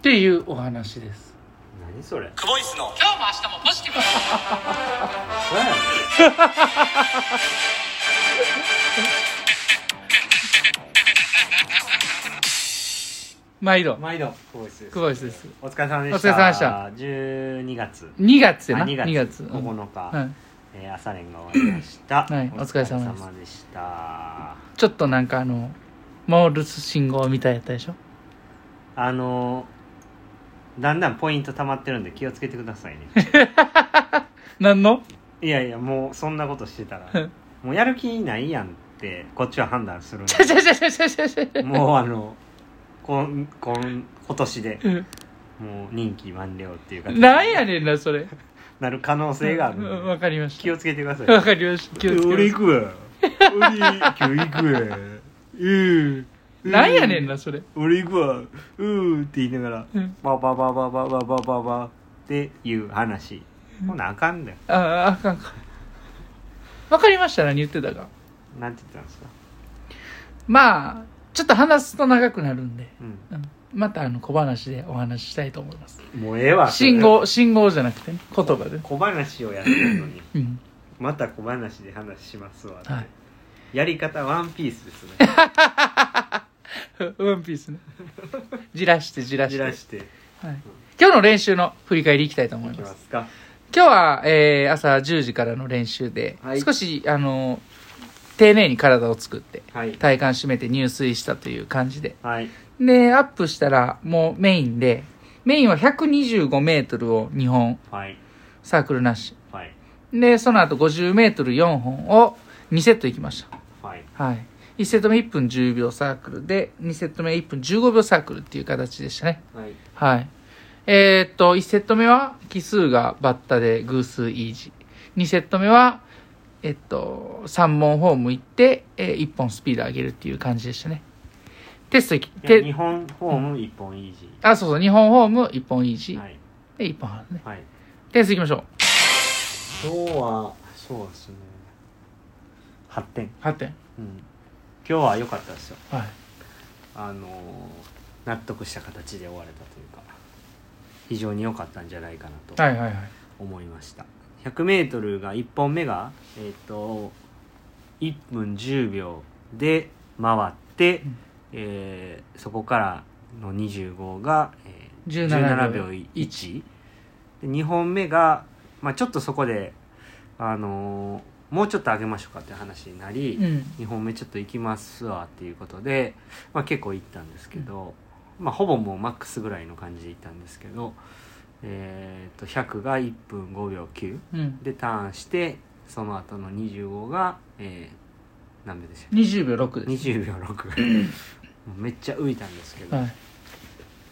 っていうお話です何それクボイスの今日も明日もポジティブにそうやねん毎度毎度クボイスですクボイスですお疲れ様でしたお疲れ様でした12月2月やなあ2 2月月う9ん日、はいえー朝練が終わりました、はいお疲れ様ですお疲れ様でしたちょっとなんかあのモールス信号みたいやったでしょあのーだんだんポイント溜まってるんで気をつけてくださいね 何のいやいやもうそんなことしてたらうんもうやる気ないやんってこっちは判断するんちゃちでゃちゃちゃちゃちゃちゃもうあのこんこん今年でうんもう任期満了っていうかなんやねんなそれなる可能性があるうんんわでかりまし気をつけてくださいたわかりました気をつけます俺行くわ俺今日行くわうんなんやねんなそれ俺行くわうんって言いながらうんバババババババババっていう話ほなあかんだよあああかんかわかりました何言ってたかなんて言ったんですかまあちょっと話すと長くなるんで、ううんまたあの小話でお話ししたいと思いますんもうええわ信号信号じゃなくてね言葉で、小話をやってるのにうん、また小話で話しますわ、はいやり方ワンピースですねワンピースねじらしてじらしてじらしていはい、今日の練習の振り返りいきたいと思いきまますすか今日は、えー朝10時からの練習で、はい少しあの丁寧に体を作ってはい体幹締めて入水したという感じではいでアップしたらもうメインでメインは125メートルを2本はいサークルなしはいでその後50メートル4本を2セットいきましたはいはい。1セット目1分10秒サークルで、2セット目1分15秒サークルっていう形でしたね。はいはい。えーっと、1セット目は奇数がバッタで偶数イージー。2セット目は、えっと、3本ホーム行って、えー1本スピード上げるっていう感じでしたね。テスト行き、いや日て、本ホーム一本イージあ、そうそう、2本ホーム、1本イージーー。はいで、1本半ね。はい点数行きましょう。今日はそうですね8点8点。うん今日は良かったですよはい。あのー納得した形で終われたというか非常に良かったんじゃないかなとはいはいはい。思いました、100m が1本目がえっ、と1分10秒で回って、うんえーそこからの25が、えー17 17秒秒1で2本目が、まあ、ちょっとそこで、あのーもうちょっと上げましょうかって話になり、うん。 2本目ちょっと行きますわっていうことで、まあ、結構行ったんですけど、まあ、ほぼもうマックスぐらいの感じで行ったんですけど、えー、と100が1分5秒9うん。でターンしてその後の25が、えー何秒でしたっ20秒6けです。 20秒6も うめっちゃ浮いたんですけど、はい。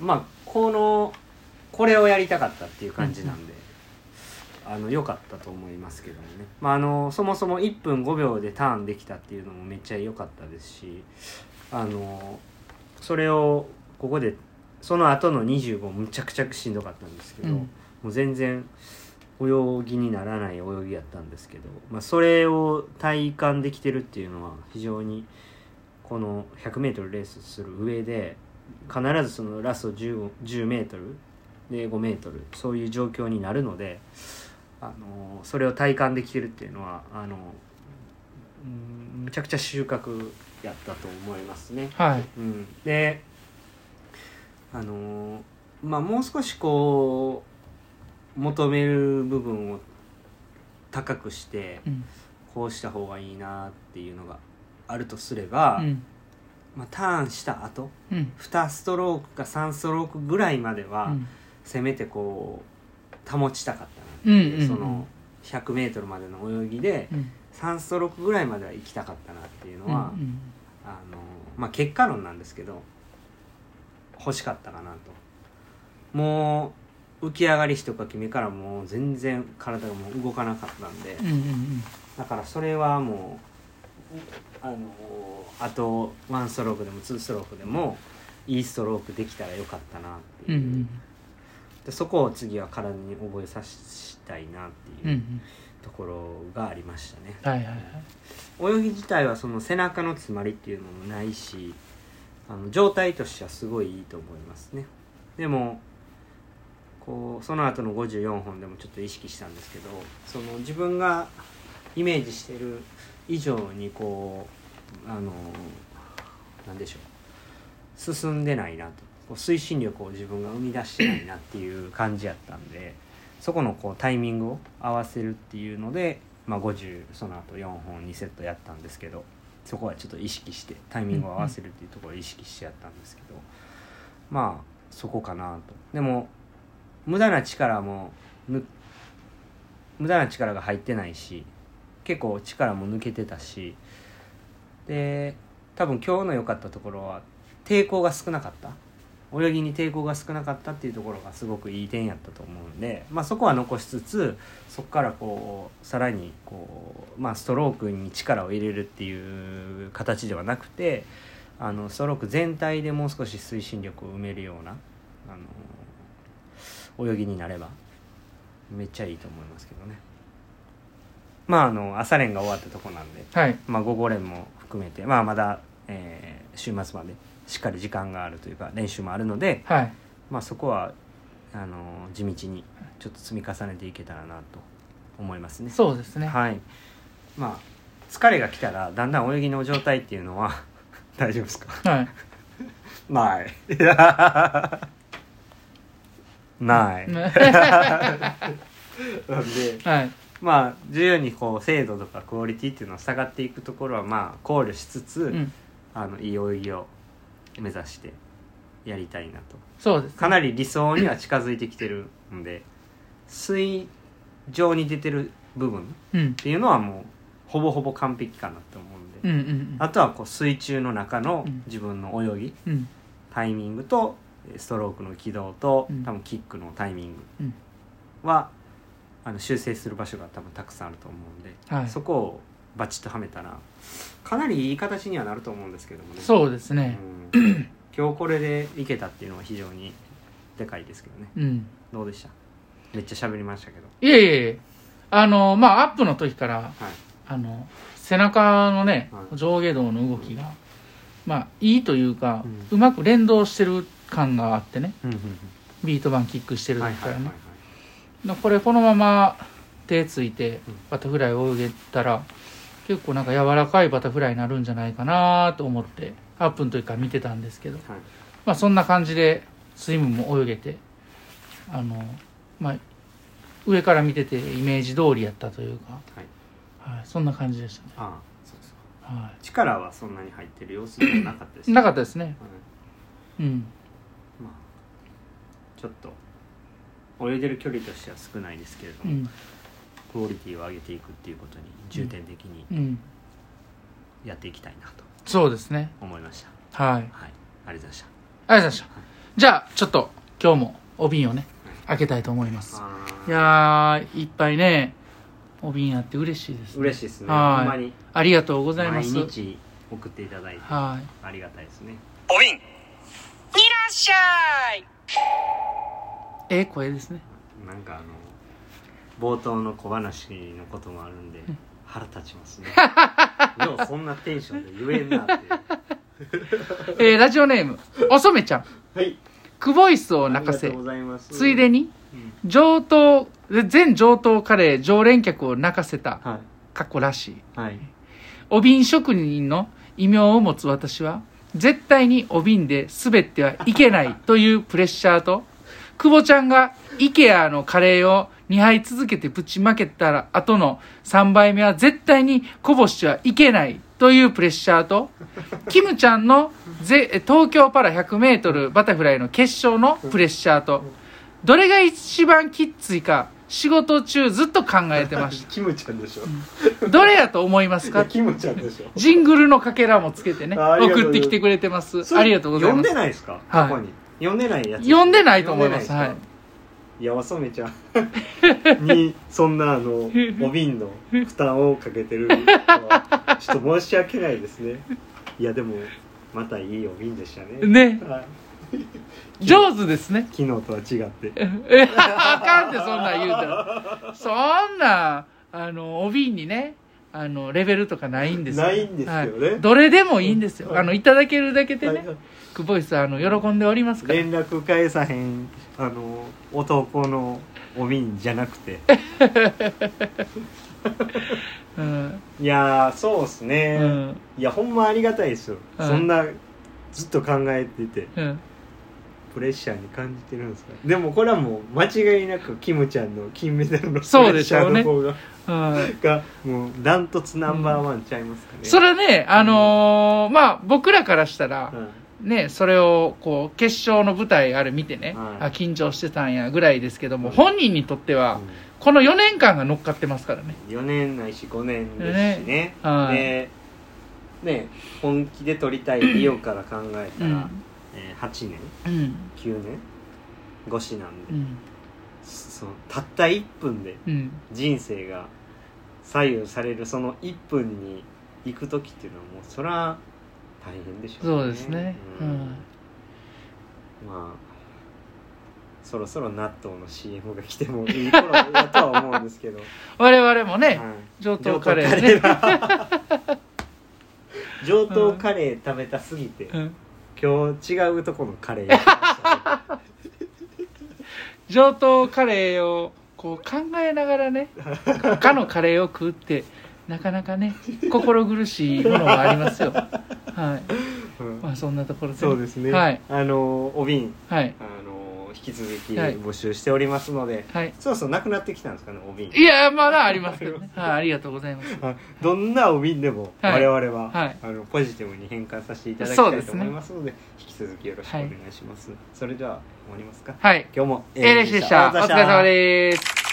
まあこのこれをやりたかったっていう感じなんで、あの良かったと思いますけどもね、まあ、あのそもそも1分5秒でターンできたっていうのもめっちゃ良かったですしあのそれをここでその後の25むちゃくちゃしんどかったんですけど、うんもう全然泳ぎにならない泳ぎやったんですけど、まあ、それを体感できてるっていうのは非常にこの 100m レースする上で必ずそのラスト 10, 10メートルで5メートルそういう状況になるので、あのそれを体感できてるっていうのはあのうんむちゃくちゃ収穫やったと思いますね。はい。うん、であのーまあもう少しこう求める部分を高くしてうん。こうした方がいいなっていうのがあるとすれば、うん。まあ、ターンした後うん。 2ストロークか3ストロークぐらいまでは、うんせめてこう保ちたかっうたな、んうんうんその 100m までの泳ぎでうん。 3ストロークぐらいまでは行きたかったなっていうのは、うんうんあのまあ、結果論なんですけど欲しかったかなともう浮き上がり一かき目からもう全然体がもう動かなかったんで、うんうんだからそれはもうあのあと1ストロークでも2ストロークでもいいストロークできたらよかったなってうんういう、んでそこを次は体に覚えさせたいなってうんういうんところがありましたね、はいはいはい泳ぎ自体はその背中の詰まりっていうのもないしあの状態としてはすごいいいと思いますねでもこうその後の54本でもちょっと意識したんですけどその自分がイメージしてる以上にこうあのなんでしょう進んでないなとこう推進力を自分が生み出してないなっていう感じやったんでそこのこうタイミングを合わせるっていうので、まあ、50その後4本2セットやったんですけどそこはちょっと意識してタイミングを合わせるっていうところを意識してやったんですけど、まあそこかなと。でも無駄な力もぬ無駄な力が入ってないし結構力も抜けてたしで多分今日の良かったところは抵抗が少なかった泳ぎに抵抗が少なかったっていうところがすごくいい点やったと思うんで、まあ、そこは残しつつそこからこうさらにこう、まあ、ストロークに力を入れるっていう形ではなくてあのストローク全体でもう少し推進力を埋めるようなあの泳ぎになればめっちゃいいと思いますけどね。まあ、あの朝練が終わったとこなんではい。まあ、午後練も含めて、まあ、まだ、えー週末までしっかり時間があるというか練習もあるので、はい。まあ、そこはあのー地道にちょっと積み重ねていけたらなと思いますね。そうですね。はいまあ、疲れが来たらだんだん泳ぎの状態っていうのは 大丈夫ですかはない。いやないい。。 なんではい。まあ自由にこう精度とかクオリティっていうのは下がっていくところはまあ考慮しつつ、うん。あのいい泳ぎを目指してやりたいなとそうです。かなり理想には近づいてきてるんで水上に出てる部分っうん。ていうのはもうほぼほぼ完璧かなと思うんで、うんうんあとはこう水中の中のうん自分の泳ぎうん。うん。タイミングとえーストロークの軌道と、うん多分キックのタイミンうんグは、あの修正する場所が多分たくさんあると思うんで、はいそこをバチッとはめたらかなりいい形にはなると思うんですけどもね。そうですね。うん今日これでいけたっていうのは非常にでかいですけどねうん。どうでしためっちゃ喋りましたけどいえいえいえ。あの、まあ、アップの時から、はいあの、背中のねは、い上下動の動きが、まあ、いいというかう、んうまく連動してる感があってね、うんビート板キックしてるは時いはかいらはいはねい。だからこれ、このまま手ついてうん、バタフライ泳げたら、結構なんか柔らかいバタフライになるんじゃないかなと思って、アップの時から見てたんですけど、はいまあ、そんな感じでスイムも泳げてあの、まあ、上から見ててイメージ通りやったというか、はいはい、そんな感じでしたね、ああそうそうは力はそんなに入ってる様子ではなかったですい、ねなかったですねはいうんまあちょっと泳いでる距離としては少ないですけれどうも、んクオリティを上げていくっていうことに重点的にうんやっていきたいなとそうですね思いました、はいありがとうはいありがとうございましごたざいましたじゃあちょっと今日もお瓶をね開けたいと思いますあーいやーいっぱいねお瓶あって嬉しいです、ね、嬉しいですねはいほんまにありがとうございま毎す日送っていただいてはいありがたいですねおびんいらっしゃいええ声ですねなんかあの冒頭の小話のこともあるんで腹立ちます ねようそんなテンションで言えんなってえー、ラジオネームおそめちゃんはいクボイスをあ泣りかがとせうございますついでにうん、上等、全上等カレー常連客を泣かせた、は過去らしい。いはいお瓶職人の異名を持つ私は、絶対にお瓶で滑ってはいけないというプレッシャーと、久保ちゃんが IKEA のカレーを2杯続けてぶちまけたら後の3杯目は絶対にこぼしてはいけないというプレッシャーと、キムちゃんのぜ東京パラ100メートルバタフライの決勝のプレッシャーと、どれが一番きっついか仕事中ずっと考えてましキムちゃんでしょた。どれやと思いますかキムちゃんでしょジングルのかけらもつけてね、あありがとうございます送ってきてくれてます。ありがとうござい読ま。んですないですかはい過去に読んでないやつ読んでないと思います読んでなはですかいやわそめちゃ んにそんなあのお瓶の負担をかけ てるのはちょっと申し訳ないですねいやでもまたいいお瓶でしたねね、はい上手ですね。昨日とは違ってえ、あかんってそんなん言うたら。そんな、あの、お瓶にね、あのレベルとかないんですよないんですよねはいどれでもいいんですよ、はいあのいただけるだけではいね久保井さんあの喜んでおりますから連絡返さへんあの男のおみんじゃなくてうん、いやーそうっすね、うんいやほんまありがたいですよ、はいそんなずっと考えててうん、プレッシャーに感じてるんですかでもこれはもう間違いなくキムちゃんの金メダルのプそうレでッしシょャうーねの方が,、うんがもうダントツナンバーワンちゃいますかね、それはね、あのーまあ、僕らからしたら、うんね、それを、こう、決勝の舞台あれ見てね、はいあ、緊張してたんやぐらいですけども、うん本人にとっては、この4年間が乗っかってますからね。 4年ないし5年ですしねねはいでね本気で取りたいリオから考えうたら、ん。えー8年うん。 9年越しなんで、うん。そのたった1分でうん。人生が左右されるその1分に行く時っていうのはもうそりゃ大変でしょそうですねうんうんまあそろそろ納豆の CM が来てもいい頃だとは思うんです けど、我々もね、はい上上等カ等カレレーね。ーだ上等カレー食べたすぎて、うん。今日違うとこのカ レーやってましたね上等カレーを、こう、考えながら ね、他のカレーを食うって、なかなかね、心苦しいものもあります よ。はい。うんまあ、そんなところで、そうですね、はい。あのお瓶はい。あの引き続きはい募集しておりますので、はい。そろそろなくなってきたんですかねお瓶いや、まだありますけ どね。はい、ありがとうございます。あどんなお瓶でもは我い々は、はいあのポジティブに変換させていただきそうたでいすとね思いますので引き続きよろしくお願いします、それでは終わりますかはい。今日もエレシでした。お疲れ様すです。